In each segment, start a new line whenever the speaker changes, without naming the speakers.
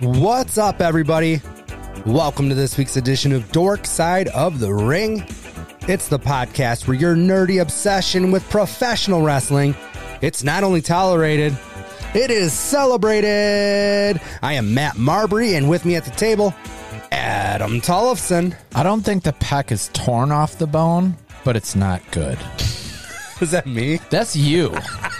What's up, everybody? Welcome to this week's edition of Dork Side of the Ring. It's the podcast where your nerdy obsession with professional wrestling, it's not only tolerated, it is celebrated. I am Matt Marbury, and with me at the table, Adam Tollefson.
I don't think the peck is torn off the bone, but it's not good.
Is that me?
That's you.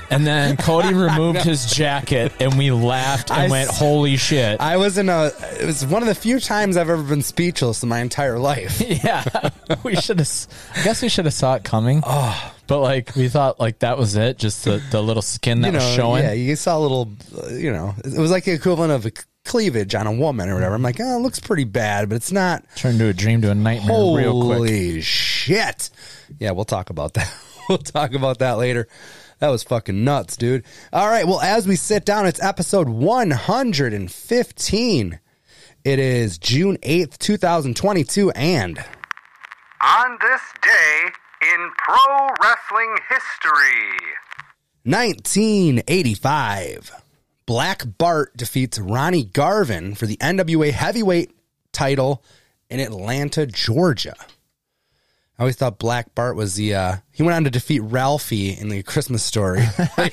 And then Cody removed his jacket and we laughed and
I
went,
s-
holy shit.
I was in a. It was one of the few times I've ever been speechless in my entire life.
yeah. We should have, I guess we should have saw it coming. Ah, But like, we thought like that was it. Just the, the little skin
you
that
know,
was showing.
Yeah, you saw a little, uh, you know, it was like the equivalent of a c- cleavage on a woman or whatever. I'm like, oh, it looks pretty bad, but it's not.
Turned to a dream to a nightmare real quick.
Holy shit. Yeah, we'll talk about that. we'll talk about that later. That was fucking nuts, dude. All right. Well, as we sit down, it's episode 115. It is June 8th, 2022. And
On this day in pro wrestling history.
1985. Black Bart defeats Ronnie Garvin for the NWA heavyweight title in Atlanta, Georgia. I always thought Black Bart was the uh, he went on to defeat Ralphie in the Christmas story. I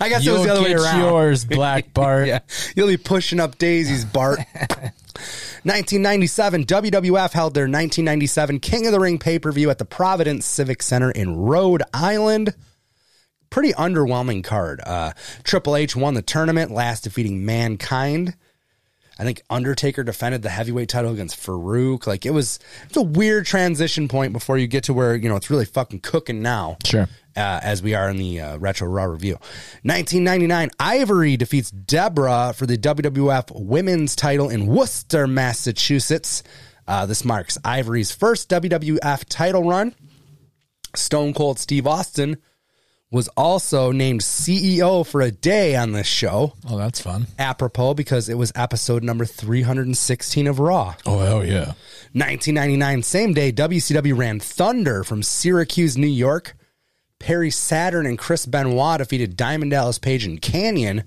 guess it was
You'll
the other way
get
around.
yours, Black Bart.
Yeah, you'll be pushing up daisies, Bart. 1997, WWF held their 1997 King of the Ring pay per view at the Providence Civic Center in Rhode Island. Pretty underwhelming card. Uh, Triple H won the tournament, last defeating Mankind. I think Undertaker defended the heavyweight title against Farouk. Like it was, it's a weird transition point before you get to where you know it's really fucking cooking now
Sure.
uh, as we are in the uh, Retro Raw review. 1999, Ivory defeats Deborah for the WWF Women's title in Worcester, Massachusetts. Uh, this marks Ivory's first WWF title run. Stone Cold Steve Austin was also named CEO for a day on this show,
Oh, that's fun.
apropos because it was episode number 316 of Raw.
Oh, hell yeah.
1999, same day, WCW ran Thunder from Syracuse, New York. Perry Saturn and Chris Benoit defeated Diamond Dallas Page and Canyon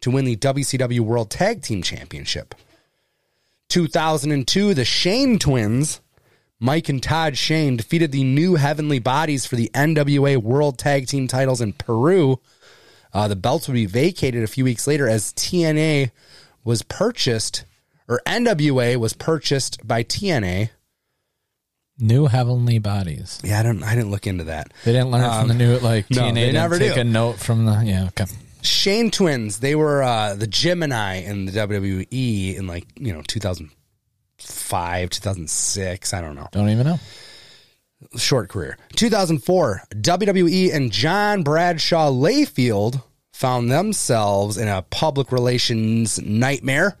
to win the WCW World Tag Team Championship. 2002, the Shane twins, Mike and Todd Shane, defeated the New Heavenly Bodies for the NWA World Tag Team titles in Peru. Uh, the belts would be vacated a few weeks later as TNA was purchased, or NWA was purchased by TNA.
New heavenly bodies.
Yeah, I don't. I didn't look into that.
They didn't learn from the new, like,
no,
TNA
they
didn't
never
take
do.
a note from the, yeah, okay.
Shane twins. They were uh, the Gemini in the WWE in like you know 2005, 2006. I don't know.
Don't even know.
Short career. 2004. WWE E and John Bradshaw Layfield found themselves in a public relations nightmare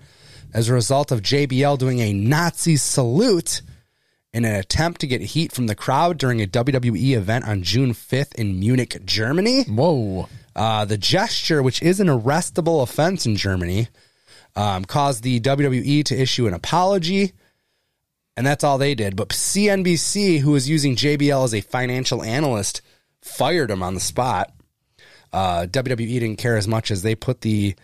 as a result of JBL doing a Nazi salute in an attempt to get heat from the crowd during a WWE event on June 5th in Munich, Germany.
Whoa.
Uh, the gesture, which is an arrestable offense in Germany, um, caused the WWE to issue an apology. And that's all they did. But CNBC, who was using JBL as a financial analyst, fired him on the spot. Uh, WWE didn't care as much as they put the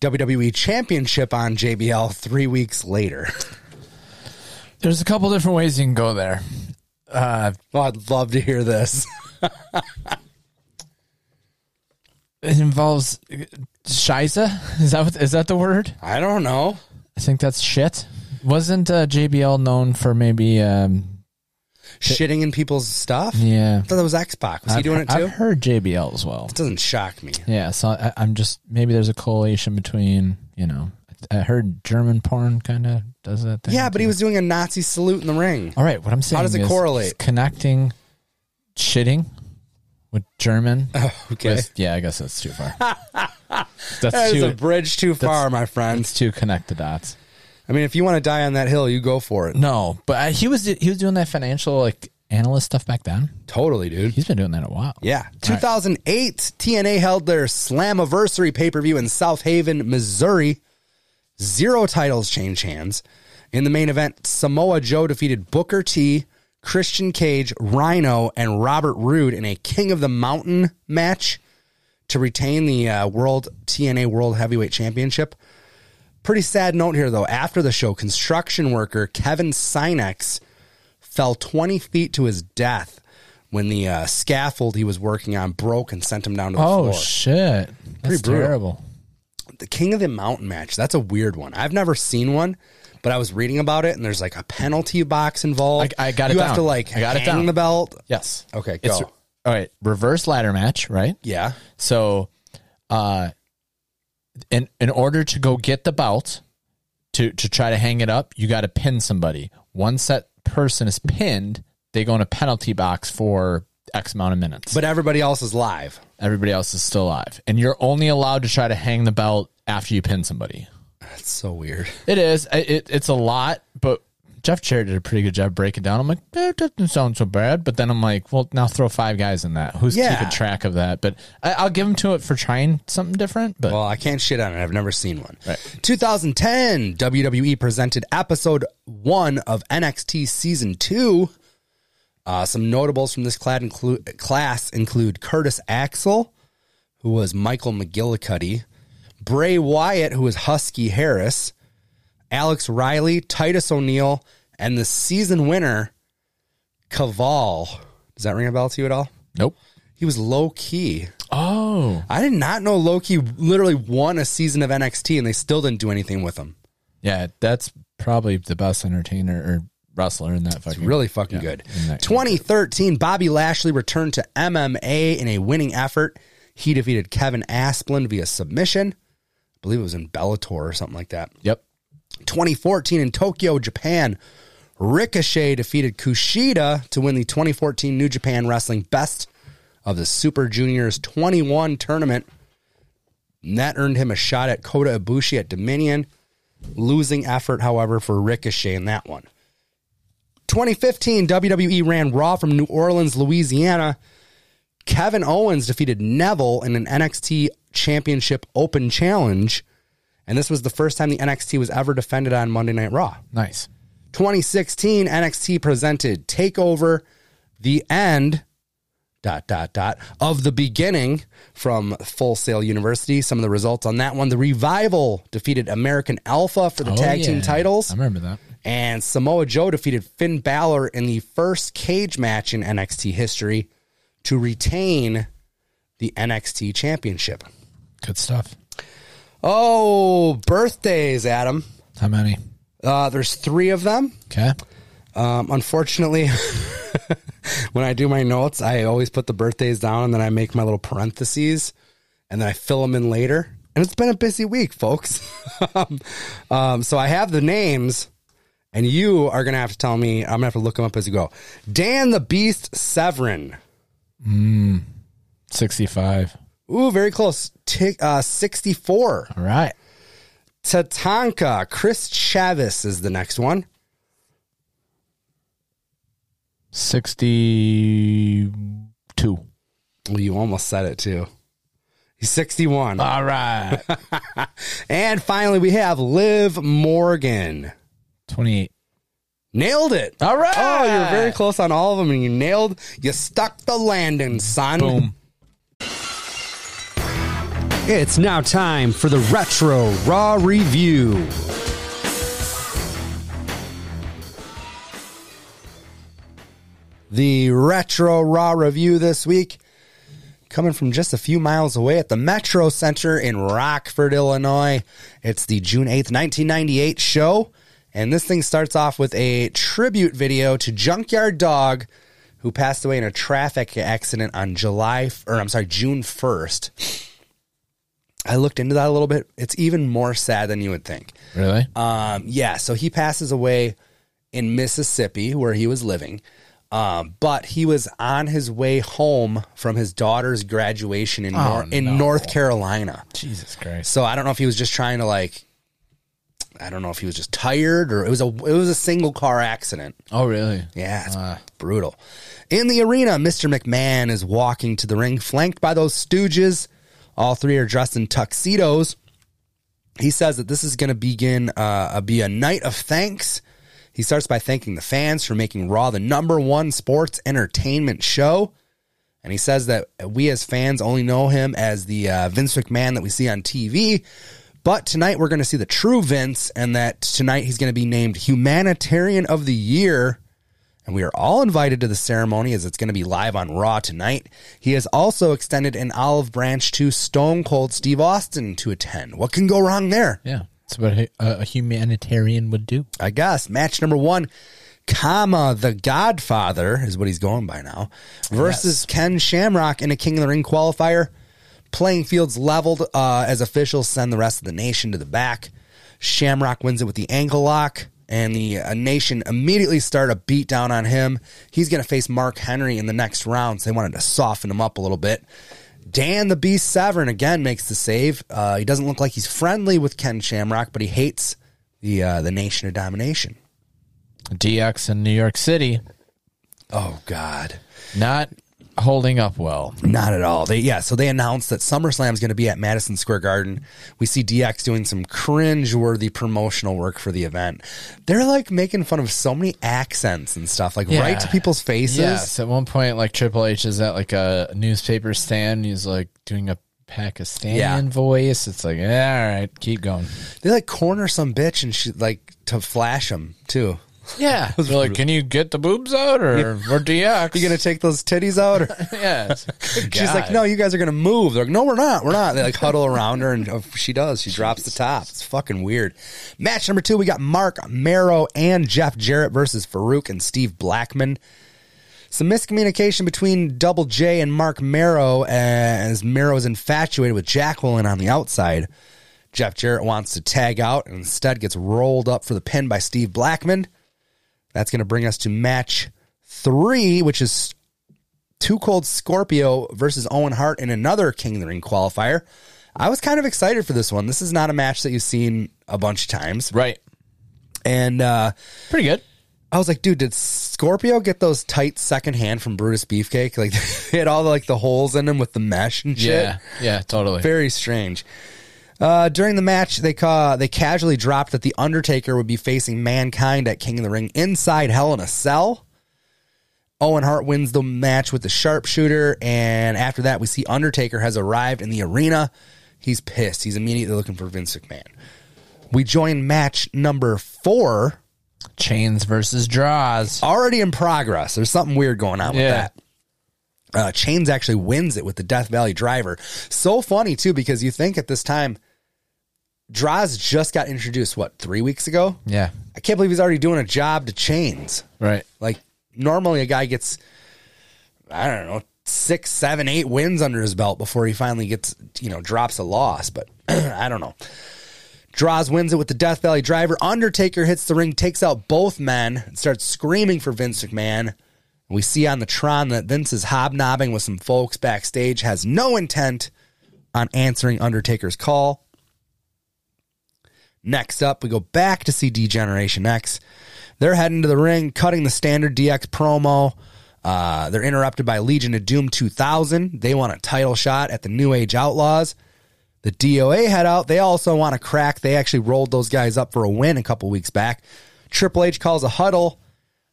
WWE championship on JBL three weeks later.
There's a couple different ways you can go there.
Oh, I'd love to hear this.
It involves shiza. Is that what, is that the word?
I don't know.
I think that's shit. Wasn't uh, JBL known for maybe? Um,
Shitting in people's stuff?
yeah,
I thought that was X Pac. Was he
I've,
doing it too?
I've heard JBL as well.
It doesn't shock me.
Yeah, so I, I'm just maybe there's a correlation between you know. I heard German porn kind of does that thing.
Yeah, but he
too.
was doing a Nazi salute in the ring.
All right, what I'm saying
does it
is
correlate?
Connecting shitting with German.
Okay.
with- yeah, I guess that's too far.
That
that's
is
too.
a bridge too far, my friends.
that's too connect the dots.
I mean, if you want to die on that hill, you go for it.
No, but uh, he was he was doing that financial like analyst stuff back then.
Totally, dude.
He's been doing that a while.
Yeah. 2008, TNA held their Slammiversary pay per view in South Haven, Missouri. Zero titles change hands. In the main event, Samoa Joe defeated Booker T, Christian Cage, Rhino, and Robert Roode in a King of the Mountain match to retain the uh, World TNA World Heavyweight Championship. Pretty sad note here, though. After the show, construction worker Kevin Sinex fell 20 feet to his death when the uh, scaffold he was working on broke and sent him down to the
Oh
floor.
shit! That's
Pretty brutal.
terrible.
the King of the Mountain match. That's a weird one. I've never seen one, but I was reading about it, and there's like a penalty box involved.
I- I got it
You have
down.
to like
I got it
hang
down.
the belt.
Yes.
Okay, go.
It's- all right. Reverse ladder match, right?
yeah.
So, uh, in in order to go get the belt, to to try to hang it up, you got to pin somebody. Once that person is pinned, they go in a penalty box for X amount of minutes.
But everybody else is live.
everybody else is still alive, and you're only allowed to try to hang the belt after you pin somebody.
That's so weird.
It is. I- It, it's a lot, but Jeff Jarrett did a pretty good job breaking down. I'm like, eh, it doesn't sound so bad. But then I'm like, well, now throw five guys in that. Who's
Yeah.
keeping track of that? But I, I'll give him to it for trying something different. But
Well, I can't shit on it. I've never seen one.
Right.
2010, WWE E presented episode one of NXT season two. Uh, some notables from this clad inclu- class include Curtis Axel, who was Michael McGillicuddy, Bray Wyatt, who was Husky Harris, Alex Riley, Titus O'Neil, and the season winner, Caval. Does that ring a bell to you at all?
nope.
He was low key.
Oh,
I did not know Loki literally won a season of NXT and they still didn't do anything with him.
yeah. That's probably the best entertainer or wrestler in that fucking.
Really fucking good.
in that
2013, Bobby Lashley returned to MMA in a winning effort. He defeated Kevin Asplund via submission. I believe it was in Bellator or something like that.
Yep.
2014 in Tokyo, Japan, Ricochet defeated Kushida to win the 2014 New Japan Wrestling Best of the Super Juniors 21 tournament. And that earned him a shot at Kota Ibushi at Dominion. Losing effort, however, for Ricochet in that one. 2015, WWE E ran Raw from New Orleans, Louisiana. Kevin Owens defeated Neville in an NXT Championship Open Challenge. And this was the first time the NXT was ever defended on Monday Night Raw.
Nice.
2016 NXT presented Takeover, the end. Dot dot dot of the beginning from Full Sail University. Some of the results on that one: the Revival defeated American Alpha for the
Oh,
tag team
yeah.
titles,
I remember that.
and Samoa Joe defeated Finn Balor in the first cage match in NXT history to retain the NXT Championship.
Good stuff.
Oh, birthdays, Adam!
How many?
Uh, there's three of them.
Okay.
Um, unfortunately, when I do my notes, I always put the birthdays down and then I make my little parentheses and then I fill them in later. And it's been a busy week, folks. um, so I have the names and you are going to have to tell me. I'm going to have to look them up as you go. Dan the Beast Severin.
Sixty-five.
Ooh, very close. Ti uh, 64.
All right.
Tatanka. Chris Chavis is the next one.
Sixty-two.
Well, you almost said it too. He's 61.
All right.
And finally, we have Liv Morgan.
Twenty-eight.
Nailed it.
All right.
Oh, you were very close on all of them, and you nailed. You stuck the landing, son.
Boom.
It's now time for the Retro Raw Review. The Retro Raw Review this week, coming from just a few miles away at the Metro Center in Rockford, Illinois. It's the June 8th, 1998 show. And this thing starts off with a tribute video to Junkyard Dog, who passed away in a traffic accident on July, f- or I'm sorry, June 1st. I looked into that a little bit. It's even more sad than you would think.
Really?
Um, yeah, so he passes away in Mississippi where he was living. Um, but he was on his way home from his daughter's graduation in, Nor- in North Carolina.
Jesus Christ.
So I don't know if he was just trying to like I don't know if he was just tired or it was a it was a single car accident.
Oh, really?
Yeah, it's brutal. In the arena, Mr. McMahon is walking to the ring, flanked by those stooges. All three are dressed in tuxedos. He says that this is going to begin uh, uh, be a night of thanks. He starts by thanking the fans for making Raw the number one sports entertainment show. And he says that we as fans only know him as the uh, Vince McMahon that we see on TV. But tonight we're going to see the true Vince, and that tonight he's going to be named Humanitarian of the Year. And we are all invited to the ceremony as it's going to be live on Raw tonight. He has also extended an olive branch to Stone Cold Steve Austin to attend. What can go wrong there?
Yeah. It's what a, a humanitarian would do.
I guess. Match number one, comma, The Godfather is what he's going by now, versus Ken Shamrock in a King of the Ring qualifier. Playing fields leveled uh, as officials send the rest of the nation to the back. Shamrock wins it with the ankle lock, and the uh, nation immediately start a beatdown on him. He's going to face Mark Henry in the next round, so they wanted to soften him up a little bit. Dan the Beast Severn again makes the save. Uh, he doesn't look like he's friendly with Ken Shamrock, but he hates the uh, the Nation of Domination.
DX in New York City,
Oh God,
not holding up well.
not at all. They yeah, so they announced that SummerSlam is going to be at Madison Square Garden. We see DX doing some cringe-worthy promotional work for the event. They're like making fun of so many accents and stuff, like
Yeah.
right to people's faces.
Yes, at one point, like Triple H is at like a newspaper stand. And he's like doing a Pakistani
Yeah.
voice. It's like, "Yeah, all right, keep going.
They like corner some bitch and she like to flash him too.
Yeah, they're like, can you get the boobs out or we're DX?
You gonna take those titties out? Or?
yeah. it's- Good
She's like,
God.
no, you guys are gonna move. They're like, no, we're not. We're not. They like huddle around her, and oh, she does. She drops the top. It's fucking weird. Match number two, we got Mark Marrow and Jeff Jarrett versus Farouk and Steve Blackman. Some miscommunication between Double J and Mark Marrow as Marrow is infatuated with Jacqueline on the outside. Jeff Jarrett wants to tag out and instead gets rolled up for the pin by Steve Blackman. That's going to bring us to match three, which is Two Cold Scorpio versus Owen Hart in another King of the Ring qualifier. I was kind of excited for this one. This is not a match that you've seen a bunch of times.
Right.
And uh,
Pretty good.
I was like, dude, did Scorpio get those tight second hand from Brutus Beefcake? Like, they had all like the holes in them with the mesh and shit.
Yeah. Yeah, totally.
Very strange. Uh, during the match, they ca- they casually dropped that the Undertaker would be facing Mankind at King of the Ring inside Hell in a Cell. Owen Hart wins the match with the sharpshooter, and after that, we see Undertaker has arrived in the arena. He's pissed. He's immediately looking for Vince McMahon. We join match number four,
Chains versus draws.
already in progress. There's something weird going on with
Yeah.
that. Uh, Chains actually wins it with the Death Valley driver. So funny, too, because you think at this time, Draws just got introduced, what, three weeks ago?
Yeah.
I can't believe he's already doing a job to Chains.
Right.
Like, normally a guy gets, I don't know, six, seven, eight wins under his belt before he finally gets, you know, drops a loss, but I don't know. Draws wins it with the Death Valley driver. Undertaker hits the ring, takes out both men, and starts screaming for Vince McMahon. We see on the Tron that Vince is hobnobbing with some folks backstage, has no intent on answering Undertaker's call. Next up, we go back to see Degeneration X. They're heading to the ring, cutting the standard DX promo. Uh, they're interrupted by Legion of Doom 2000. They want a title shot at the New Age Outlaws. The DOA head out. They also want a crack. They actually rolled those guys up for a win a couple weeks back. Triple H calls a huddle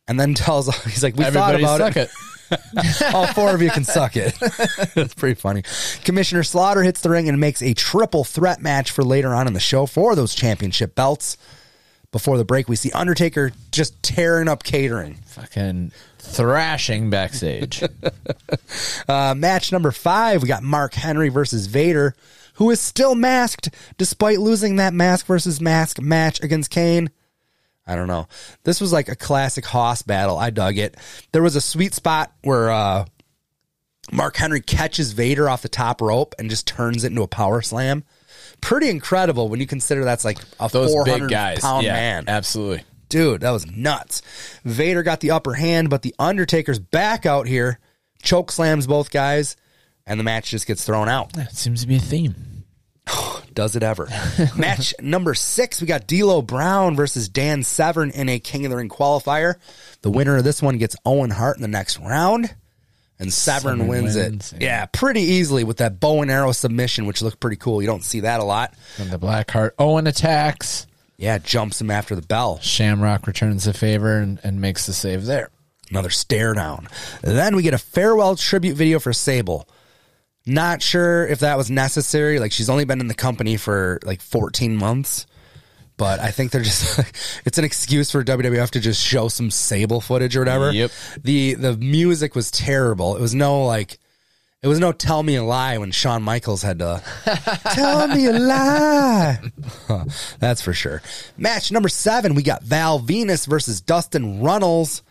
and then tells, he's like, we
Everybody
thought about
suck
it.
it.
All four of you can suck it. That's pretty funny. Commissioner Slaughter hits the ring and makes a triple threat match for later on in the show for those championship belts. Before the break, we see Undertaker just tearing up catering.
Fucking thrashing backstage.
Uh, match number five, we got Mark Henry versus Vader, who is still masked despite losing that mask versus mask match against Kane. I don't know. This was like a classic Hoss battle. I dug it. There was a sweet spot where uh, Mark Henry catches Vader off the top rope and just turns it into a power slam. Pretty incredible when you consider that's like a
Those
four
big
hundred
guys.
pound
yeah,
man.
Absolutely.
Dude, that was nuts. Vader got the upper hand, but the Undertaker's back out here, choke slams both guys, and the match just gets thrown out.
That seems to be a theme.
Does it ever? match number six, we got D'Lo Brown versus Dan Severn in a King of the Ring qualifier. The winner of this one gets Owen Hart in the next round. and Severn,
Severn
wins,
wins,
it.
yeah.
yeah, pretty easily with that bow and arrow submission, which looked pretty cool. You don't see that a lot.
And the Blackheart Owen attacks.
Yeah, jumps him after the bell.
Shamrock returns the favor and, and makes the save there.
Another stare down. Then we get a farewell tribute video for Sable. Not sure if that was necessary. Like she's only been in the company for like 14 months. But I think they're just it's an excuse for WWF to just show some Sable footage or whatever.
Yep.
The the music was terrible. It was no like it was no tell me a lie when Shawn Michaels had to tell me a lie. Huh, That's for sure. Match number seven, we got Val Venus versus Dustin Runnels.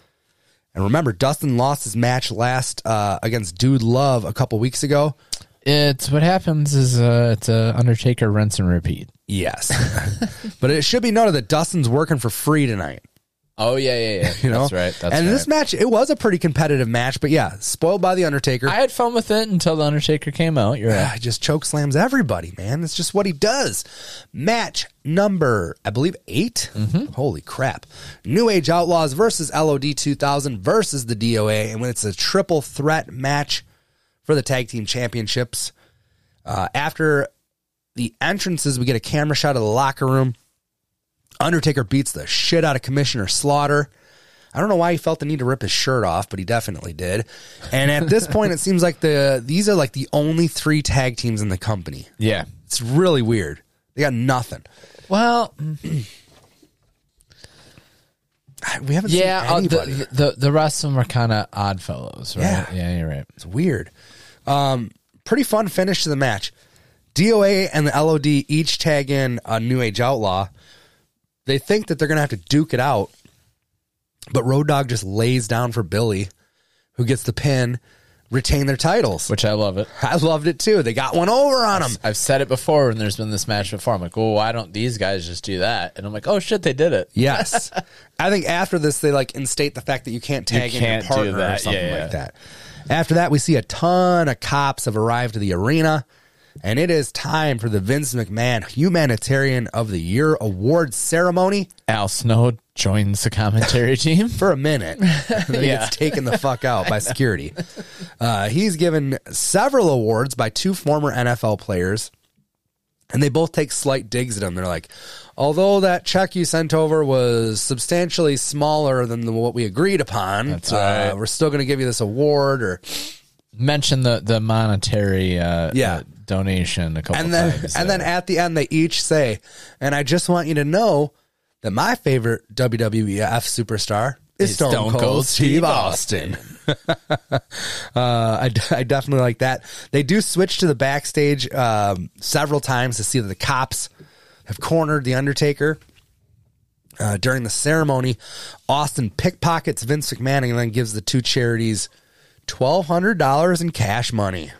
And remember, Dustin lost his match last uh, against Dude Love a couple weeks ago.
It's what happens is uh, it's a Undertaker rinse and repeat.
Yes, but it should be noted that Dustin's working for free tonight.
Oh yeah, yeah, yeah.
You know,
That's right. That's
and
right.
this match, it was a pretty competitive match, but yeah, spoiled by the Undertaker.
I had fun with it until the Undertaker came out. You're right.
I Ah, just choke slams everybody, man. It's just what he does. Match number, I believe, 8 Holy crap. New Age Outlaws versus LOD 2000 versus the DOA. And when it's a triple threat match for the tag team championships, uh, after the entrances, we get a camera shot of the locker room. Undertaker beats the shit out of Commissioner Slaughter. I don't know why he felt the need to rip his shirt off, but he definitely did. And at this point, it seems like the these are like the only three tag teams in the company.
Yeah.
It's really weird. They got nothing.
Well,
We haven't
yeah.
seen
uh,
anybody.
the, the the rest of them are kind of odd fellows, right?
Yeah.
you're right.
It's weird. Um, pretty fun finish to the match. DOA and the LOD each tag in a New Age Outlaw. They think that they're going to have to duke it out, but Road Dog just lays down for Billy, who gets the pin, retain their titles.
Which I love it.
I loved it too. They got one over on him.
I've said it before when there's been this match before. I'm like, oh, why don't these guys just do that? And I'm like, oh shit, they did it.
Yes. I think after this, they like instate the fact that you can't tag in
can't
your
do
partner or
that.
something
Yeah,
like
yeah.
that. After that, we see a ton of cops have arrived to the arena, and it is time for the Vince McMahon Humanitarian of the Year Award ceremony
Al Snow joins the commentary team.
for a minute. And then he
Yeah.
gets taken the fuck out by security. Uh, he's given several awards by two former NFL players, and they both take slight digs at him. They're like, although that check you sent over was substantially smaller than the, what we agreed upon,
That's right.
uh, we're still going to give you this award. Or
Mention the the monetary uh,
Yeah.
uh, donation a couple
and then
times.
and
uh,
then at the end they each say, and I just want you to know that my favorite WWF superstar is Stone, Cold, Steve Austin. Uh, I, d- I definitely like that. They do switch to the backstage um, several times to see that the cops have cornered the Undertaker. Uh, during the ceremony, Austin pickpockets Vince McMahon and then gives the two charities twelve hundred dollars in cash money.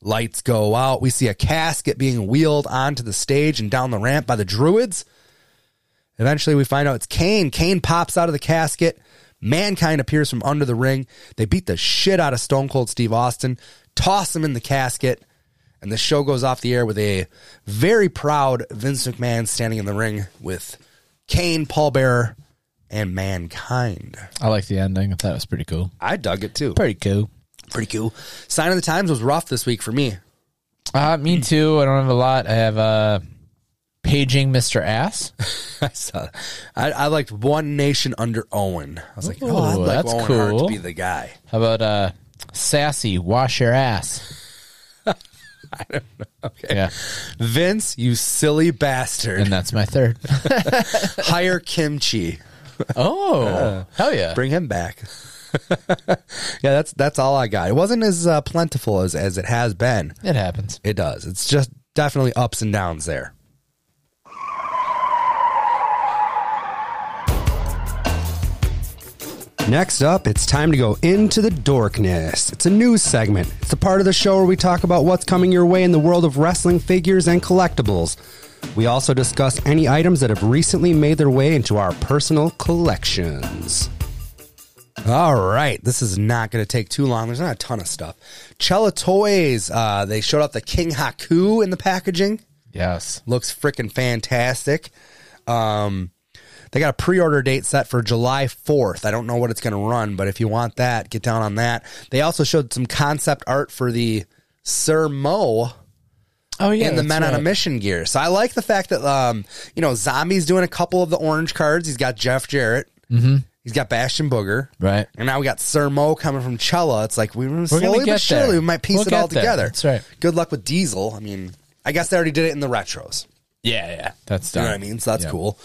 Lights go out. We see a casket being wheeled onto the stage and down the ramp by the druids. Eventually, we find out it's Kane. Kane pops out of the casket. Mankind appears from under the ring. They beat the shit out of Stone Cold Steve Austin, toss him in the casket, and the show goes off the air with a very proud Vince McMahon standing in the ring with Kane, Paul Bearer, and Mankind.
I like the ending. I thought it was pretty cool.
I dug it too.
Pretty cool.
Pretty cool. Sign of the Times was rough this week for me.
Uh, me too. I don't have a lot. I have uh, paging Mr. Ass.
I saw. I, I liked One Nation under Owen. I was like, oh, I'd
Ooh,
like
that's
Owen Hart to
cool.
be the guy.
How about uh, sassy? Wash your ass. I don't know. Yeah,
Vince, you silly
and
bastard.
that's my third.
Hire Kimchi.
oh, hell yeah!
Bring him back. yeah, that's that's all I got. It wasn't as uh, plentiful as as it has been.
It happens.
It does. It's just definitely ups and downs there. Next up, it's time to go into the dorkness. It's a news segment. It's the part of the show where we talk about what's coming your way in the world of wrestling figures and collectibles. We also discuss any items that have recently made their way into our personal collections. All right, this is not going to take too long. There's not a ton of stuff. Cella Toys, uh, they showed off the King Haku in the packaging.
Yes.
Looks freaking fantastic. Um, They got a pre-order date set for July 4th. I don't know what it's going to run, but if you want that, get down on that. They also showed some concept art for the Sir Mo
Oh yeah,
in the Men on a Mission gear. So I like the fact that um, you know, Zombie's doing a couple of the orange cards. He's got Jeff Jarrett. Mm-hmm. He's got Bastion Booger.
Right.
And now we got Sir Mo coming from Cella. It's like we we're
gonna
slowly
get
but surely
there.
we might piece
We'll
it all
get there.
together.
That's right.
Good luck with Diesel. I mean, I guess they already did it in the retros.
Yeah, yeah, that's
You
done.
know what I mean? So that's
Yeah.
cool.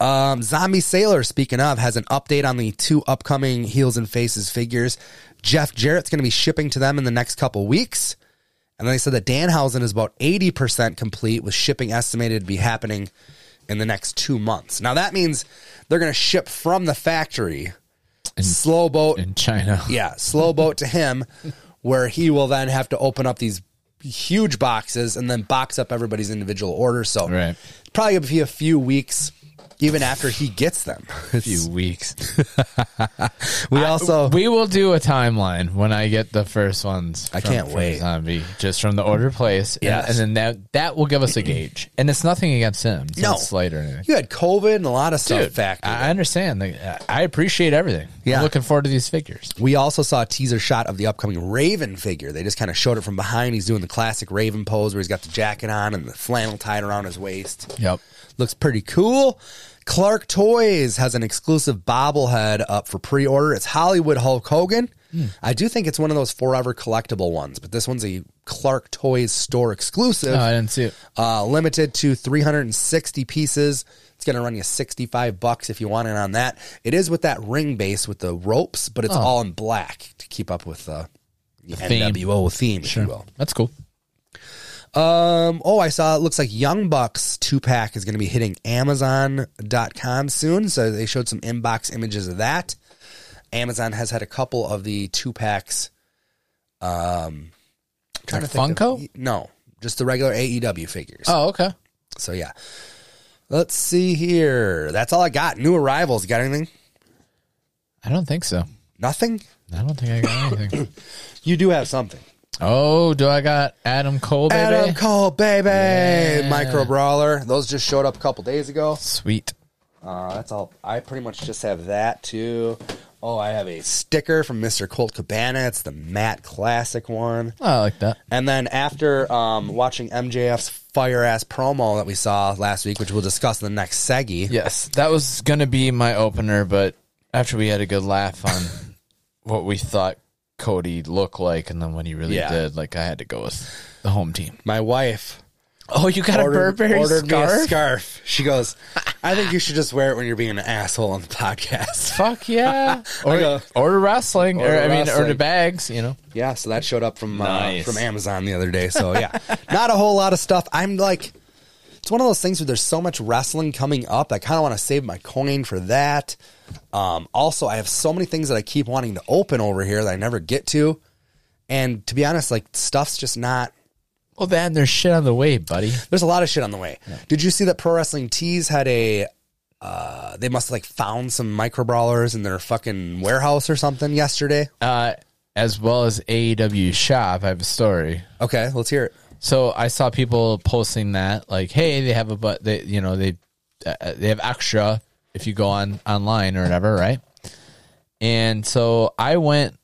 Um, Zombie Sailor, speaking of, has an update on the two upcoming Heels and Faces figures. Jeff Jarrett's going to be shipping to them in the next couple weeks. And then they said that Danhausen is about 80% complete, with shipping estimated to be happening in the next two months. Now, that means they're going to ship from the factory, slow boat
In China,
yeah, slow boat to him, where he will then have to open up these huge boxes and then box up everybody's individual orders. So
Right.
probably gonna be a few weeks even after he gets them.
few weeks.
we also
We will do a timeline when I get the first ones.
I
from-
can't
from
wait.
Zombie, just from the order place. and-
Yes.
and, then that that will give us a gauge. And it's nothing against him. It's
No.
not slight or anything.
you had COVID and a lot of stuff
Dude,
factored.
I I understand. Like, I- I appreciate everything.
Yeah.
I'm looking forward to these figures.
we also saw a teaser shot of the upcoming Raven figure. They just kind of showed it from behind. He's doing the classic Raven pose where he's got the jacket on and the flannel tied around his waist.
Yep.
looks pretty cool. Clark Toys has an exclusive bobblehead up for pre order. It's Hollywood Hulk Hogan. I do think it's one of those forever collectible ones, but this one's a Clark Toys store exclusive,
No, I didn't see it.
uh, limited to 360 pieces. It's going to run you 65 bucks if you want it on that. It is with that ring base with the ropes, but it's all in black to keep up with the, the
theme.
NWO theme, if you will.
That's cool.
Um, oh, I saw it looks like Young Bucks two pack is going to be hitting Amazon.com soon. So they showed some inbox images of that. Amazon has had a couple of the two packs. Um, trying
Like
to think of-
Funko?
no, just the regular AEW figures.
Oh, okay.
So yeah, let's see here. That's all I got. New arrivals. Got anything?
I don't think so.
Nothing.
I don't think I got anything.
You do have something.
oh, do I got Adam Cole, baby?
Adam Cole, baby, micro brawler. Those just showed up a couple days ago.
Sweet.
Uh, that's all. I pretty much just have that too. Oh, I have a sticker from Mr. Colt Cabana. It's the Matt Classic one.
Oh, I like that.
And then after um, watching MJF's fire ass promo that we saw last week, which we'll discuss in the next Seggy.
Yes, that was gonna be my opener, but after we had a good laugh on what we thought Cody looked like, and then what he really
Yeah.
did, like I had to go with the home team.
My wife
Oh, you got
ordered,
a Burberry
ordered
scarf?
me a scarf. She goes, "I think you should just wear it when you're being an asshole on the podcast."
Fuck yeah! or,
go-
or wrestling, or
Order
I mean, or
wrestling.
the bags. You know,
Yeah, so that showed up from uh,
Nice.
from Amazon the other day. So yeah, not a whole lot of stuff. I'm like, it's one of those things where there's so much wrestling coming up. I kind of want to save my coin for that. Um, also, I have so many things that I keep wanting to open over here that I never get to. And to be honest, like stuff's just not.
well then there's shit on the way, buddy.
There's a lot of shit on the way. Did you see that Pro Wrestling Tees had a? Uh, they must have like found some micro brawlers in their fucking warehouse or something yesterday.
Uh, as well as AEW shop, I have a story.
Okay, let's hear it.
So I saw people posting that, like, "Hey, they have a but they, you know, they uh, they have extra if you go on online or whatever, right?" And so I went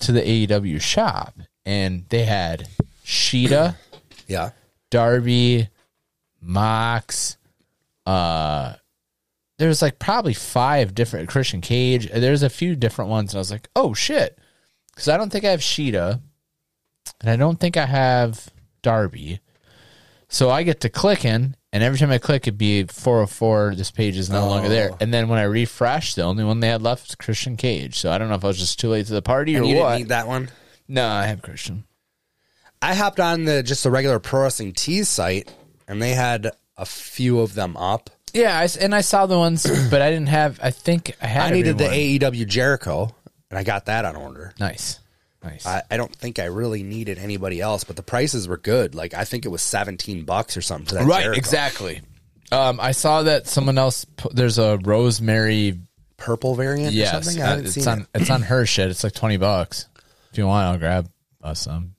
to the AEW shop, and they had Sheeta,
Yeah.
Darby, Mox. Uh, there's like probably five different Christian Cage. There's a few different ones, and I was like, "Oh shit," because I don't think I have Sheeta, and I don't think I have Darby. So I get to clicking, and every time I click, it'd be 404. This page is no longer there.
Oh.
And then when I refresh, the only one they had left was Christian Cage. So I don't know if I was just too late to the party or
You didn't
what.
need that one.
no, I have Christian.
I hopped on the just the regular pro wrestling tees site, and they had a few of them up.
Yeah, I s and I saw the ones, but I didn't have. I think I
I
had.
needed
everyone.
the AEW Jericho, and I got that on order.
Nice, nice.
I, I don't think I really needed anybody else, but the prices were good. Like I think it was seventeen bucks or something for that.
right,
Jericho.
exactly. Um, I saw that someone else. pu- There's a rosemary.
Purple variant or
Yes,
something. I
uh,
haven't
it's
seen
on
it.
it's on her shit. It's like twenty bucks. If you want, I'll grab us some.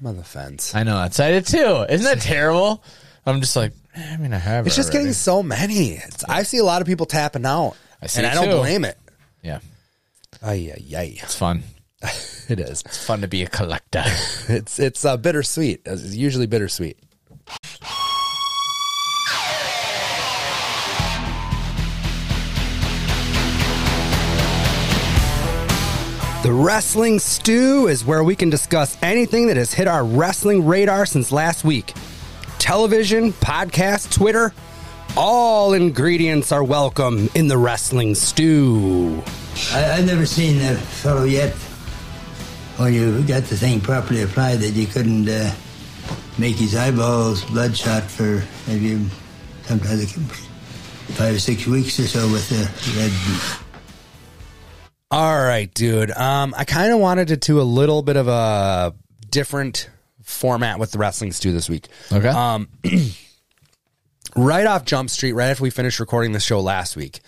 I'm on the fence.
I know. I said it too. Isn't that terrible? I'm just like, eh, I mean, I have.
It's
it
just
already.
getting so many. It's, I see a lot of people tapping out,
I see
and
it
I don't
too.
blame it.
yeah,
Ay, ay, ay.
it's fun.
It is.
It's fun to be a collector.
It's it's uh, bittersweet. It's usually bittersweet. The Wrestling Stew is where we can discuss anything that has hit our wrestling radar since last week. Television, podcast, Twitter, all ingredients are welcome in the Wrestling Stew.
I, I've never seen a fellow yet, or you got the thing properly applied that you couldn't uh, make his eyeballs bloodshot for maybe sometimes like five or six weeks or so with the red.
All right, dude. Um, I kind of wanted to do a little bit of a different format with the wrestling stew this week.
Okay.
Um, right off Jump Street, right after we finished recording the show last week,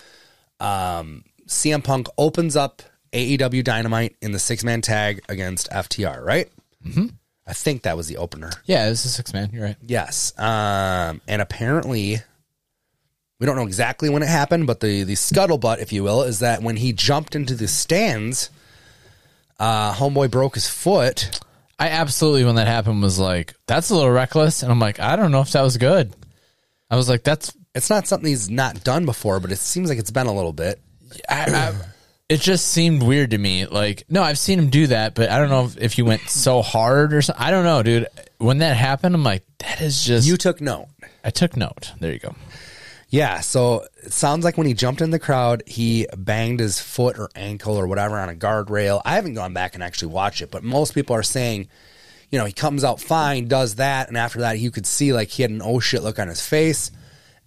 um, CM Punk opens up AEW Dynamite in the six man tag against FTR. Right. Mm-hmm. I think that was the opener.
yeah, this is six man. You're right.
Yes. Um, and apparently, we don't know exactly when it happened, but the the scuttlebutt, if you will, is that when he jumped into the stands, uh, homeboy broke his foot.
I absolutely, when that happened, was like, that's a little reckless. And I'm like, I don't know if that was good. I was like, that's,
It's not something he's not done before, but it seems like it's been a little bit.
I, I, it just seemed weird to me. Like, no, I've seen him do that, but I don't know if, if he went so hard or something. I don't know, dude. When that happened, I'm like, that is just,
You took note.
I took note. There you go.
Yeah, so it sounds like when he jumped in the crowd, he banged his foot or ankle or whatever on a guardrail. I haven't gone back and actually watched it, but most people are saying, you know, he comes out fine, does that, and after that, you could see like he had an oh shit look on his face,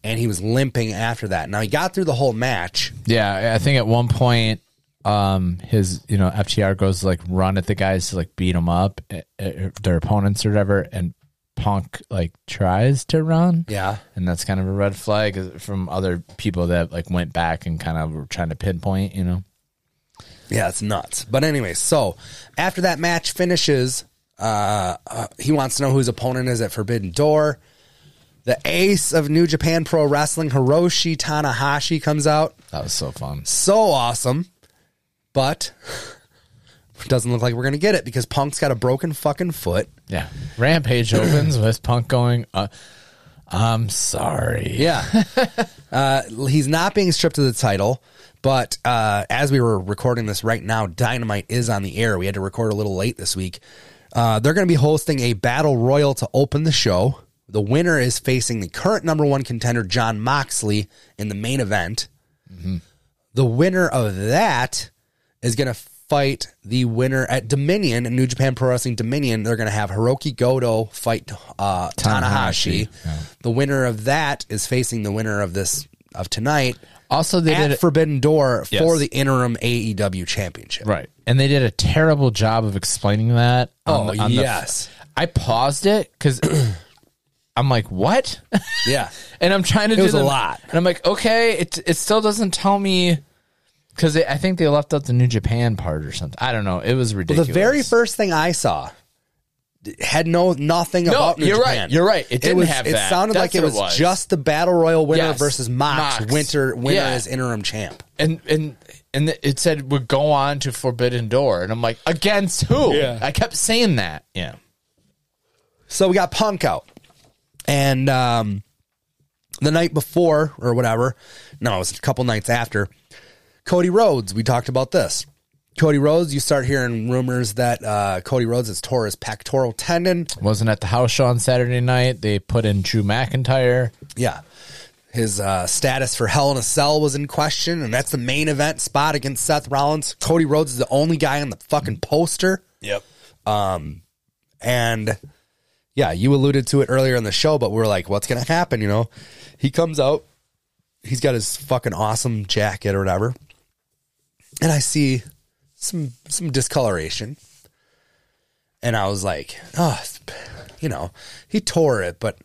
and he was limping after that. Now he got through the whole match.
Yeah, I think at one point, um, his you know FTR goes to, like run at the guys to like beat them up, eh, eh, their opponents or whatever, and Punk like tries to run.
Yeah.
and that's kind of a red flag uh, from other people that like went back and kind of were trying to pinpoint. You know,
Yeah, it's nuts. But anyway, so after that match finishes, uh, uh, he wants to know who his opponent is at Forbidden Door. The ace of New Japan Pro Wrestling, Hiroshi Tanahashi, comes out.
that was so fun.
so awesome, but it doesn't look like we're gonna get it because Punk's got a broken fucking foot.
Yeah, Rampage opens with Punk going, uh, "I'm sorry."
Yeah, uh, he's not being stripped of the title, but uh, as we were recording this right now, Dynamite is on the air. We had to record a little late this week. Uh, they're gonna be hosting a battle royal to open the show. The winner is facing the current number one contender John Moxley in the main event. The winner of that is going to fight the winner at Dominion, New Japan Pro Wrestling Dominion. They're going to have Hiroki Goto fight uh, Tanahashi.
Tanahashi, yeah.
The winner of that is facing the winner of this of tonight
Also, they did
at
it-
Forbidden Door
Yes.
for the interim AEW Championship.
Right. And they did a terrible job of explaining that.
Oh,
the- the-
yes.
I paused it because I'm like, what?
Yeah,
and I'm trying to do
was a
the-
lot.
And I'm like, okay, it, it still doesn't tell me because I think they left out the New Japan part or something. I don't know. It was
the
ridiculous.
very first thing I saw d- had no nothing
No,
about New
you're right,
Japan.
you're right. It didn't
was,
have
It
that.
sounded
That's
like it
what it
was,
was.
just the battle royal winner
Yes.
versus Mox,
Mox.
Winter winner
Yeah.
as interim champ.
and and and it said would go on to Forbidden Door, and I'm like, against who?
Yeah.
I kept saying that. Yeah.
So we got Punk out. And um, the night before, or whatever, no, it was a couple nights after, Cody Rhodes, we talked about this. Cody Rhodes, you start hearing rumors that uh, Cody Rhodes has tore his pectoral tendon.
Wasn't at the house show on Saturday night. They put in Drew McIntyre.
Yeah. His uh, status for Hell in a Cell was in question, and that's the main event spot against Seth Rollins. Cody Rhodes is the only guy on the fucking poster. Um,
Yep.
And yeah, you alluded to it earlier in the show, but we're like, what's going to happen? You know, he comes out, he's got his fucking awesome jacket or whatever. And I see some, some discoloration. And I was like, oh, it's- you know, he tore it, but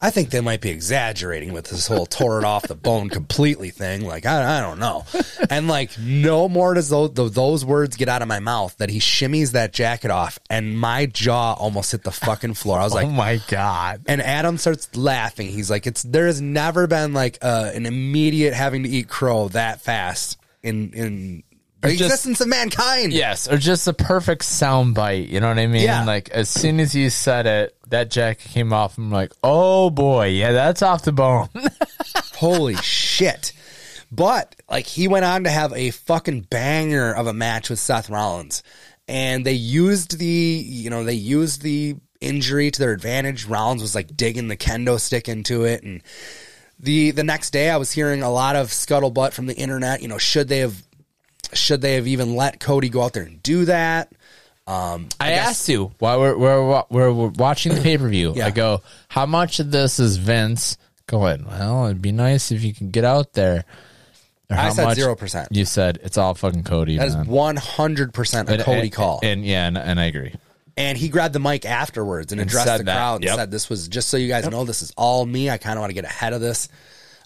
I think they might be exaggerating with this whole tore it off the bone completely thing. Like, I, I don't know. And like, no more does those, those words get out of my mouth that he shimmies that jacket off and my jaw almost hit the fucking floor. I was like,
oh my god.
and Adam starts laughing. He's like, "It's there has never been like uh, an immediate having to eat crow that fast in in the
just-
existence of mankind."
Yes, or just the perfect sound bite. You know what I mean?
Yeah.
Like as soon as you said it, that jacket came off. I'm like, oh boy, yeah, that's off the bone.
Holy shit! But like he went on to have a fucking banger of a match with Seth Rollins, and they used the you know they used the injury to their advantage. Rollins was like digging the kendo stick into it, and the the next day I was hearing a lot of scuttlebutt from the internet. You know, should they have should they have even let Cody go out there and do that?
I, asked you while we're we're, wa- we're, we're watching the pay per view.
Yeah.
I go, how much of this is Vince going? Well, it'd be nice if you can get out there. Or
I
how
said
much-
0%.
You said it's all fucking Cody.
That is
man.
one hundred percent a
And-
Cody
and-
call.
and yeah, and, and I agree.
And he grabbed the mic afterwards and addressed
said
the
that.
crowd and
Yep.
said, "This was just so you guys know, this is all me. I kind of want to get ahead of this."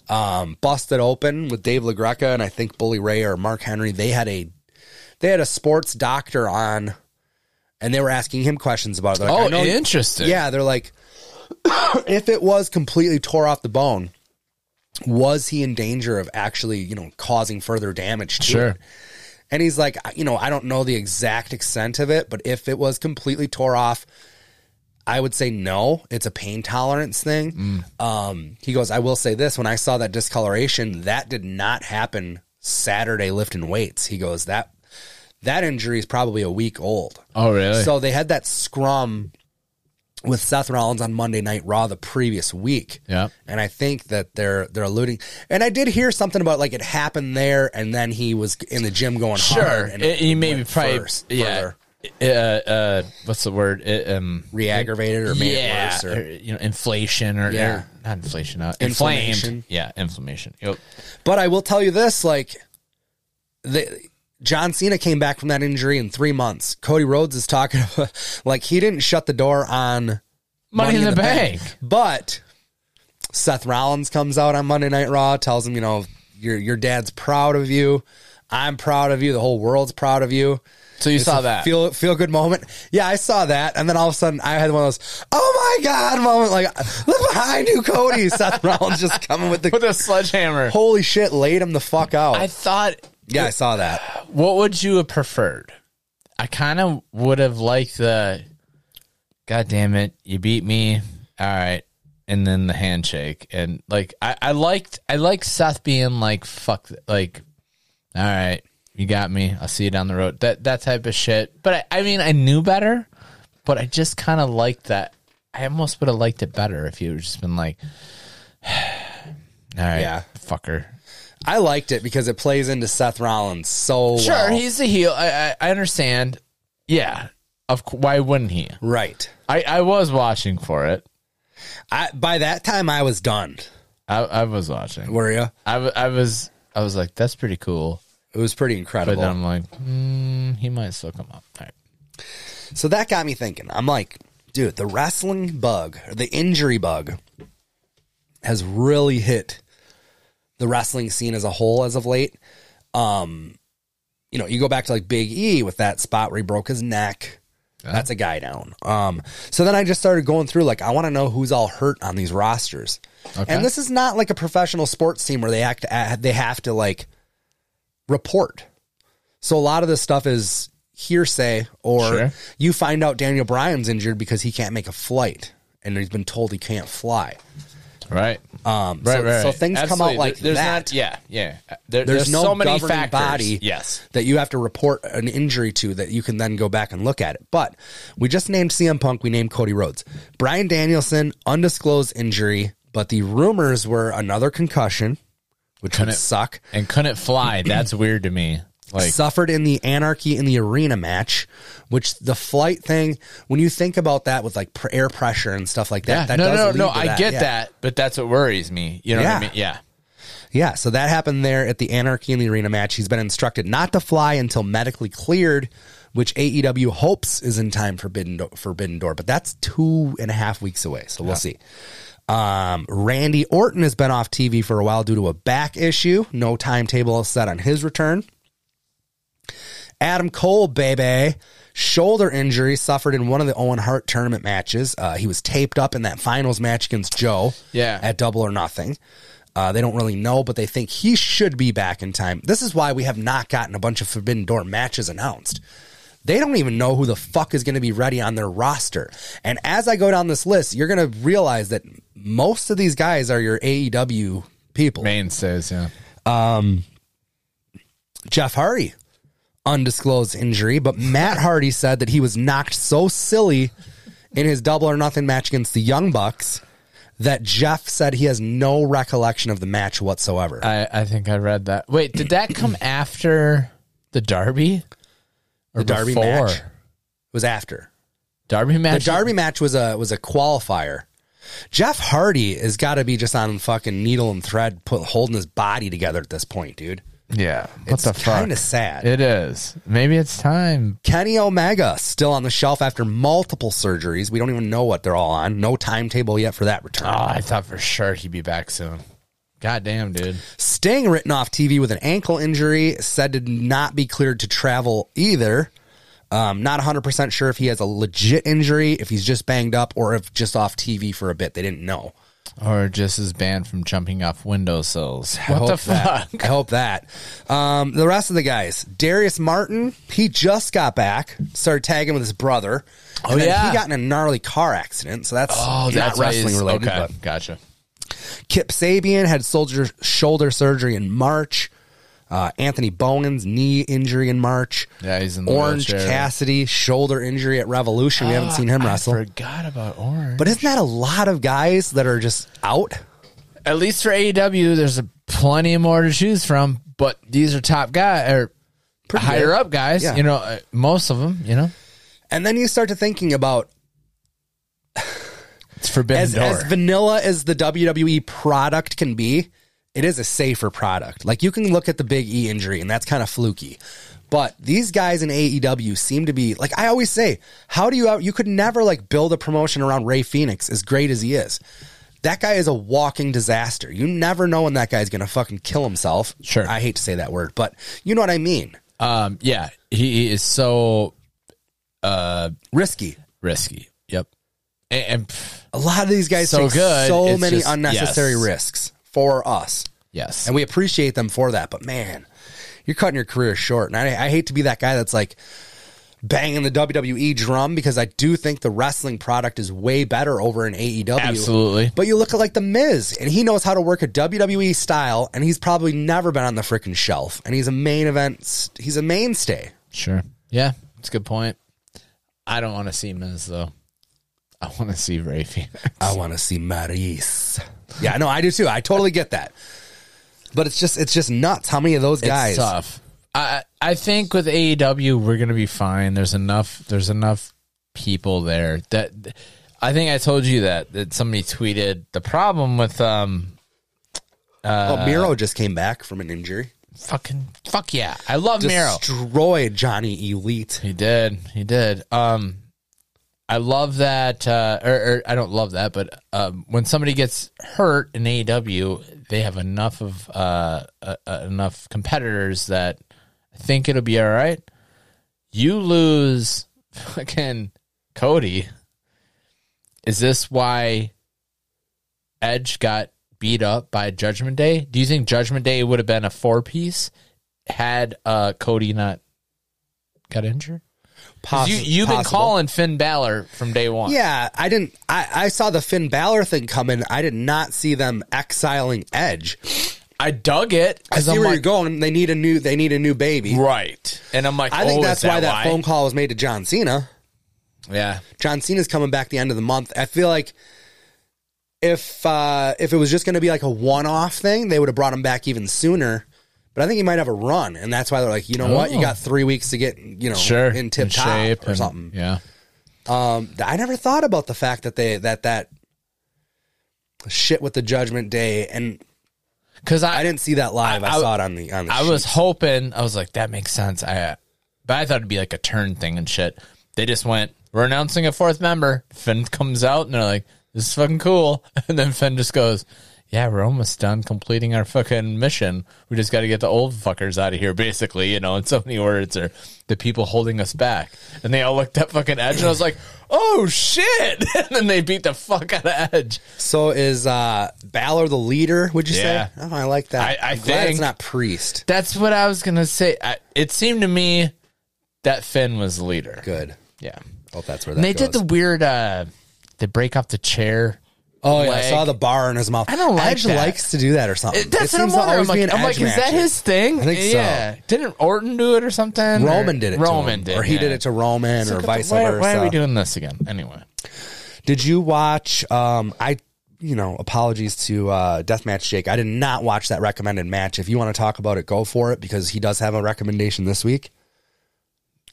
Um, busted open with Dave LaGreca and I think Bully Ray or Mark Henry. They had a they had a sports doctor on, and they were asking him questions about it. They're like,
Oh,
"I know you-
interesting.
Yeah, they're like, if it was completely tore off the bone, was he in danger of actually, you know, causing further damage? To
Sure.
It? And he's like, you know, I don't know the exact extent of it, but if it was completely tore off, I would say no. It's a pain tolerance thing.
Mm.
Um, he goes, I will say this when I saw that discoloration, that did not happen Saturday lifting weights. He goes, that that injury is probably a week old.
Oh, really?
So they had that scrum with Seth Rollins on Monday Night Raw the previous week.
Yeah.
And I think that they're they're alluding and I did hear something about like it happened there and then he was in the gym going
sure.
hard and
It- He maybe
went
probably
first-
yeah.
further,
Uh, uh, what's the word? It, um,
re-aggravated or made
yeah,
it worse or
or, you know, inflation or,
Yeah.
or- not inflation, uh,
Inflammation.
inflamed. Yeah, inflammation. Yep.
But I will tell you this: like, the, John Cena came back from that injury in three months. Cody Rhodes is talking like he didn't shut the door on
Money in the Bank.
but Seth Rollins comes out on Monday Night Raw, tells him, you know, your your dad's proud of you. I'm proud of you. The whole world's proud of you.
So you
It's
saw
a
that.
feel feel good moment. Yeah, I saw that, and then all of a sudden I had one of those "Oh my God" moment. Like, look behind you, Cody. Seth Rollins just coming with the
with a sledgehammer.
holy shit, laid him the fuck out.
I thought,
yeah, I saw that.
what would you have preferred? I kind of would have liked the, God damn it, you beat me. All right. And then the handshake. And like, I, I liked, I liked Seth being like, fuck, th- like, all right, you got me. I'll see you down the road. That, that type of shit. But I, I mean, I knew better, but I just kind of liked that. I almost would have liked it better if you had just been like, all right,
Yeah.
fucker.
I liked it because it plays into Seth Rollins so
Sure,
well.
he's the heel. I, I I understand. Yeah, of cou- why wouldn't he?
right.
I I was watching for it.
I by that time I was done.
I I was watching.
Were you?
I wa- I was I was like, that's pretty cool.
It was pretty
But
incredible.
then I'm like, mm, he might still come up. All right.
so that got me thinking. I'm like, dude, the wrestling bug, or the injury bug, has really hit the wrestling scene as a whole as of late. Um, you know, you go back to like Big E with that spot where he broke his neck. That's a guy down. Um, so then I just started going through like I want to know who's all hurt on these rosters, and this is not like a professional sports team where they act they have to like report. So a lot of this stuff is hearsay, or
Sure.
you find out Daniel Bryan's injured because he can't make a flight, and he's been told he can't fly.
Right. Um, right,
so-
right,
so
right.
things come out like
There- there's
that.
Not, yeah, yeah. Uh, There-
There's, no
so many
governing
factors.
body
Yes.
that you have to report an injury to that you can then go back and look at it. But we just named CM Punk. We named Cody Rhodes. Brian Danielson, undisclosed injury, but the rumors were another concussion, which
Couldn't-
would suck.
And couldn't fly. That's weird to me. Like,
suffered in the anarchy in the arena match, which the flight thing. When you think about that with like pr- air pressure and stuff like that,
yeah.
that
no,
does
no,
lead
no.
to
I get
yeah.
that, but that's what worries me. You know
Yeah.
what I mean? Yeah.
Yeah, so that happened there at the anarchy in the arena match. He's been instructed not to fly until medically cleared, which E AEW hopes is in time for Forbidden Do- Forbidden Door, but that's two and a half weeks away. So we'll see. Um, Randy Orton has been off TV for a while due to a back issue. No timetable is set on his return. Adam Cole, baby, shoulder injury suffered in one of the Owen Hart tournament matches. Uh, he was taped up in that finals match against Joe.
Yeah.
At Double or Nothing. Uh, they don't really know, but they think he should be back in time. This is why we have not gotten a bunch of Forbidden Door matches announced. They don't even know who the fuck is going to be ready on their roster. And as I go down this list, you're going to realize that most of these guys are your AEW people.
Mainstays, yeah.
Jeff Hardy, undisclosed injury, but Matt Hardy said that he was knocked so silly in his double or nothing match against the Young Bucks that Jeff said he has no recollection of the match whatsoever.
I, I think I read that. Wait, did that come after the Derby? Or
the Derby
before?
match it was after.
Derby
The
match.
Derby match was a was a qualifier. Jeff Hardy has got to be just on fucking needle and thread, put holding his body together at this point, dude.
Yeah. What
It's
the fuck?
kinda sad.
It is. Maybe it's time.
Kenny Omega still on the shelf after multiple surgeries. We don't even know what they're all on. No timetable yet for that return.
Oh, I thought for sure he'd be back soon. God damn, dude.
Sting written off TV with an ankle injury, said to not be cleared to travel either. Um, not 100% sure if he has a legit injury, if he's just banged up, or if just off TV for a bit. They didn't know.
Or just as banned from jumping off windowsills.
I
What the
hope that.
fuck?
I hope that. Um, the rest of the guys, Darius Martin, he just got back, started tagging with his brother.
Oh,
then
yeah.
he got in a gnarly car accident, so
Oh,
that's not wrestling related.
Okay,
But
gotcha.
Kip Sabian had soldier, shoulder surgery in March. Uh, Anthony Bowen's knee injury in March.
Yeah, he's in the
Orange
wheelchair. Ah,
Cassidy shoulder injury at Revolution. We haven't seen him wrestle.
I forgot about Orange.
But isn't that a lot of guys that are just out?
at least for AEW, there's a plenty more to choose from. But these are top guy or
Pretty
higher
good.
up guys.
Yeah.
You know, uh, most of them. You know,
And then you start to thinking about
it's forbidden
as,
door.
as vanilla as the WWE product can be, it is a safer product. Like you can look at the Big E injury, and that's kind of fluky. But these guys in AEW seem to be like I always say, how do you out? You could never like build a promotion around Ray Phoenix, as great as he is. That guy is a walking disaster. You never know when that guy's gonna fucking kill himself.
Sure.
I hate to say that word, but you know what I mean.
um, yeah, he, he is so
Risky.
risky. Yep, and, and, pff,
A lot of these guys
So
take
good,
so
it's
many
just-
unnecessary
yes.
risks for us.
yes,
and we appreciate them for that. But man, you're cutting your career short, and I, I hate to be that guy that's like banging the WWE drum because I do think the wrestling product is way better over in AEW.
absolutely.
But you look at like the Miz, and he knows how to work a WWE style, and he's probably never been on the freaking shelf, and he's a main event. He's a mainstay.
Sure. Yeah, it's a good point. I don't want to see Miz though. I want to see Ray Phoenix.
I want to see Maris. Yeah, no, I do too. I totally get that. But it's just it's just nuts how many of those guys
It's tough. I I think with AEW we're gonna be fine. There's enough. There's enough people there that I think I told you that that somebody tweeted the problem with um
oh,
Uh,
Miro just came back from an injury.
fucking fuck yeah I love Miro.
destroyed Johnny Elite.
He did. He did. Um, I love that. Uh, or, or I don't love that, but um, when somebody gets hurt in AEW, they have enough of uh, uh, uh, enough competitors that I think it'll be all right. You lose fucking Cody. Is this why Edge got beat up by Judgment Day? Do you think Judgment Day would have been a four piece had uh, Cody not got injured?
Possi-
you, you've been
possible.
calling Finn Balor from day one.
Yeah, I didn't. I, I saw the Finn Balor thing coming. I did not see them exiling Edge.
I dug it.
I
'cause
see
I'm
where
like,
you're going. They need a new. They need a new baby.
Right. And I'm like,
I think
oh,
that's
is
why that phone call was made to John Cena.
Yeah.
John Cena's coming back the end of the month. I feel like if uh, if it was just going to be like a one off thing, they would have brought him back even sooner. But I think he might have a run, and that's why they're like, you know what, you
Oh.
got three weeks to get you know
Sure.
in tip top
shape
or
and-
something.
Yeah.
I never thought about the fact that they that that shit with the Judgment Day, and
Because I,
I didn't see that live. I,
I-
saw it on the on the.
I was hoping, I was like, that makes sense. I, but I thought it'd be like a turn thing and shit. They just went, we're announcing a fourth member. Finn comes out and they're like, this is fucking cool. And then Finn just goes, yeah, we're almost done completing our fucking mission. We just got to get the old fuckers out of here, basically, you know, in so many words, or the people holding us back. And they all looked at fucking Edge, and I was like, oh shit. And then they beat the fuck out of Edge.
So is uh, Balor the leader? Would you
Yeah.
say? Oh, I like that.
I- I
am glad
think-
it's not Priest.
That's what I was going to say. I, it seemed to me that Finn was the leader.
Good.
Yeah.
Hope that's where that
And they did
goes.
the weird, uh, they break off the chair.
Oh yeah,
leg.
I saw the bar in his mouth.
I don't like
Edge
that.
likes to do that or something.
It- that's
It
what I'm
seems to
wondering. I'm
always be
like,
an
I'm like,
Edge
is that
match.
his thing?
I think so.
Didn't Orton do it or something?
Roman
Or-
did it. to
Roman
him,
did,
or he
yeah.
did it to Roman,
It's
or
like,
vice
why,
versa.
Why are we doing this again? Anyway,
Did you watch? Um, I, you know, apologies to uh, Deathmatch Jake. I did not watch that recommended match. If you want to talk about it, go for it because he does have a recommendation this week.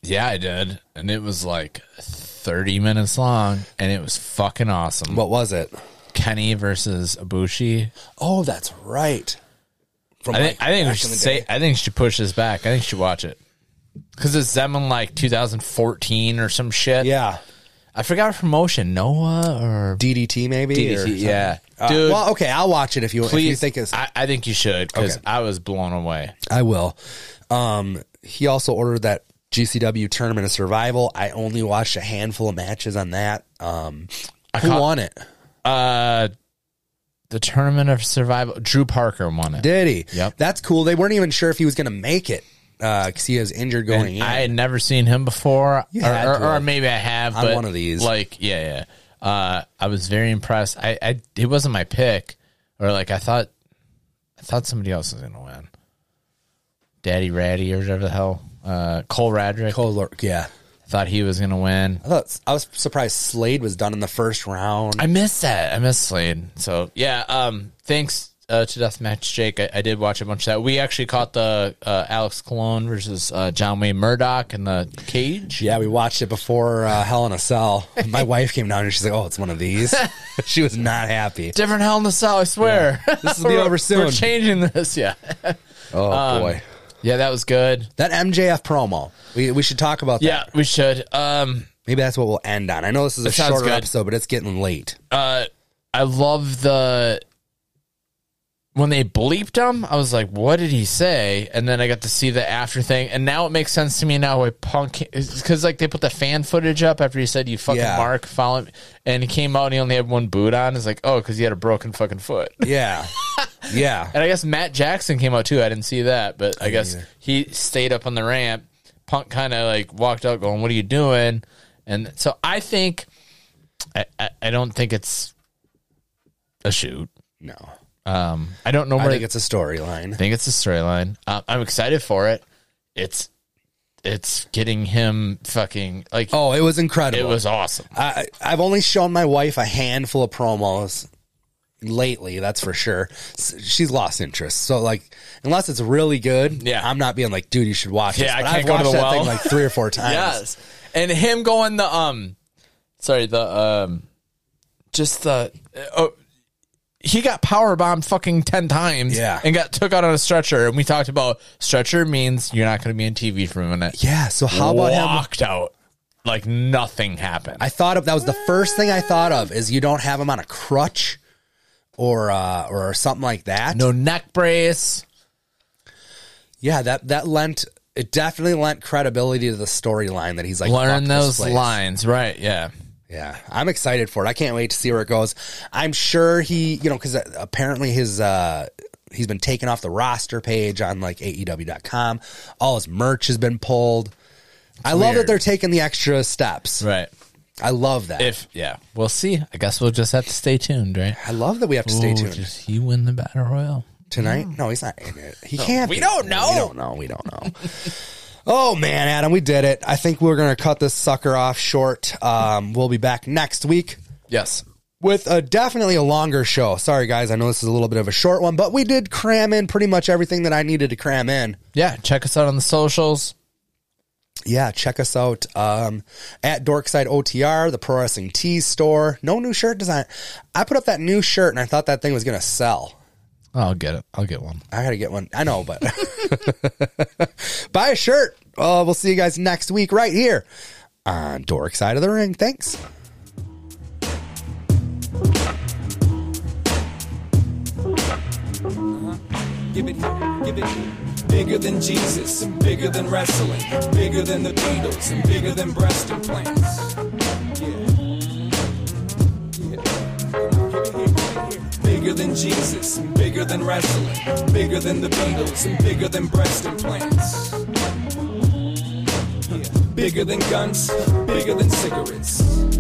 yeah, I did, and it was like 30 minutes long, and it was fucking awesome.
What was it?
Kenny versus Ibushi.
Oh, that's right. From
I think,
like
I think we
back
should
in the
say.
day.
I think we should push this back. I think we should watch it because it's them in like 2014 or some shit.
yeah,
I forgot her promotion. Noah or
DDT maybe. or
DDT.
something.
Yeah,
Uh,
dude.
well, okay, I'll watch it if you if you
please,
think it's.
I, I think you should because
Okay.
I was blown away.
I will. Um, he also ordered that GCW tournament of survival. I only watched a handful of matches on that. Um, who
caught-
won it?
Uh, the tournament of survival. Drew Parker won it.
Did he?
Yep.
That's cool. They weren't even sure if he was going to make it because he was injured
And
going in.
I had never seen him before,
You
or,
had
or-
to
or
have.
maybe I have.
On
but
one of these.
like yeah, yeah. Uh, I was very impressed. I, I it wasn't my pick, or like I thought, I thought somebody else was gonna win. Daddy Ratty or whatever the hell, uh, Cole Radrick.
Cole Lor- yeah.
Thought he was gonna win.
I thought I was surprised Slade was done in the first round.
I missed that. I missed Slade. So yeah, um, thanks uh, to Deathmatch Jake. I, I did watch a bunch of that. We actually caught the uh, Alex Colon versus uh, John Wayne Murdoch in the cage.
yeah, we watched it before uh, Hell in a Cell. My wife came down and she's like, "Oh, it's one of these." she was not happy.
Different Hell in the Cell, I swear.
This will be
We're-
over
We're
soon.
changing this, yeah.
Oh boy,
Yeah, that was good.
that MJF promo. We we should talk about that.
Yeah, we should. Um,
Maybe that's what we'll end on. I know this is a
That sounds
shorter
good.
episode, but it's getting late.
uh, I love the when they bleeped him. I was like, "What did he say?" And then I got to see the after thing, and now it makes sense to me now why Punk because like they put the fan footage up after he said, "You fucking
Yeah.
Mark, follow," me. and he came out and he only had one boot on. It's like, oh, because he had a broken fucking foot.
Yeah. yeah.
And I guess Matt Jackson came out too. I didn't see that, but I, guess he stayed up on the ramp. Punk kind of like walked out going, "What are you doing?" And so I think I, I, I don't think it's a shoot.
No.
Um, I don't know where
I
I
think it's a storyline.
think it's a storyline. Uh, I'm excited for it. It's it's getting him fucking like
Oh, it was incredible.
it was awesome.
I, I've only shown my wife a handful of promos lately, that's for sure. S- She's lost interest. So, like, unless it's really good,
Yeah.
I'm not being like, dude, you should watch
Yeah,
this.
I
But
can't
I've
go to
watched
the
that
well.
thing like three or four times.
Yes. And him going the um sorry, the um just the oh he got power bombed fucking ten times
Yeah.
and got took out on a stretcher and we talked about stretcher means you're not gonna be on TV for a minute.
Yeah. So, how about him?
walked out like nothing happened.
I thought of that was the first thing I thought of is you don't have him on a crutch or uh, or something like that.
no neck brace.
Yeah, that that lent it definitely lent credibility to the storyline that he's like
Learn
"Fuck this
those
place."
lines. Right, yeah.
Yeah, I'm excited for it. I can't wait to see where it goes. I'm sure he, you know, because apparently his uh he's been taken off the roster page on like E AEW.com. All his merch has been pulled. I love
weird.
that they're taking the extra steps.
Right.
I love that.
If yeah. We'll see. I guess we'll just have to stay tuned, right?
I love that we have to stay
Ooh,
tuned
Does he win the battle royal?
tonight. No, he's not in it. He can't.
we
be.
don't know.
We don't know. We don't know. oh man, Adam, we did it. I think we're gonna cut this sucker off short. Um, we'll be back next week
Yes.
with a definitely a longer show. Sorry guys, I know this is a little bit of a short one, but we did cram in pretty much everything that I needed to cram in.
Yeah, check us out on the socials.
Yeah, check us out um, at Dorkside OTR, the Pro Wrestling Tees store. No new shirt design. I put up that new shirt and I thought that thing was gonna sell.
I'll get it. I'll get one.
I gotta get one. I know, but buy a shirt. Uh, we'll see you guys next week right here on Dork Side of the Ring. Thanks.
Give it here, give it here. Bigger than Jesus and bigger than wrestling. Bigger than the Beatles and bigger than breast implants. Yeah. Yeah. Bigger than Jesus and bigger than wrestling. Bigger than the Beatles and bigger than breast implants. Yeah. Bigger than guns, bigger than cigarettes.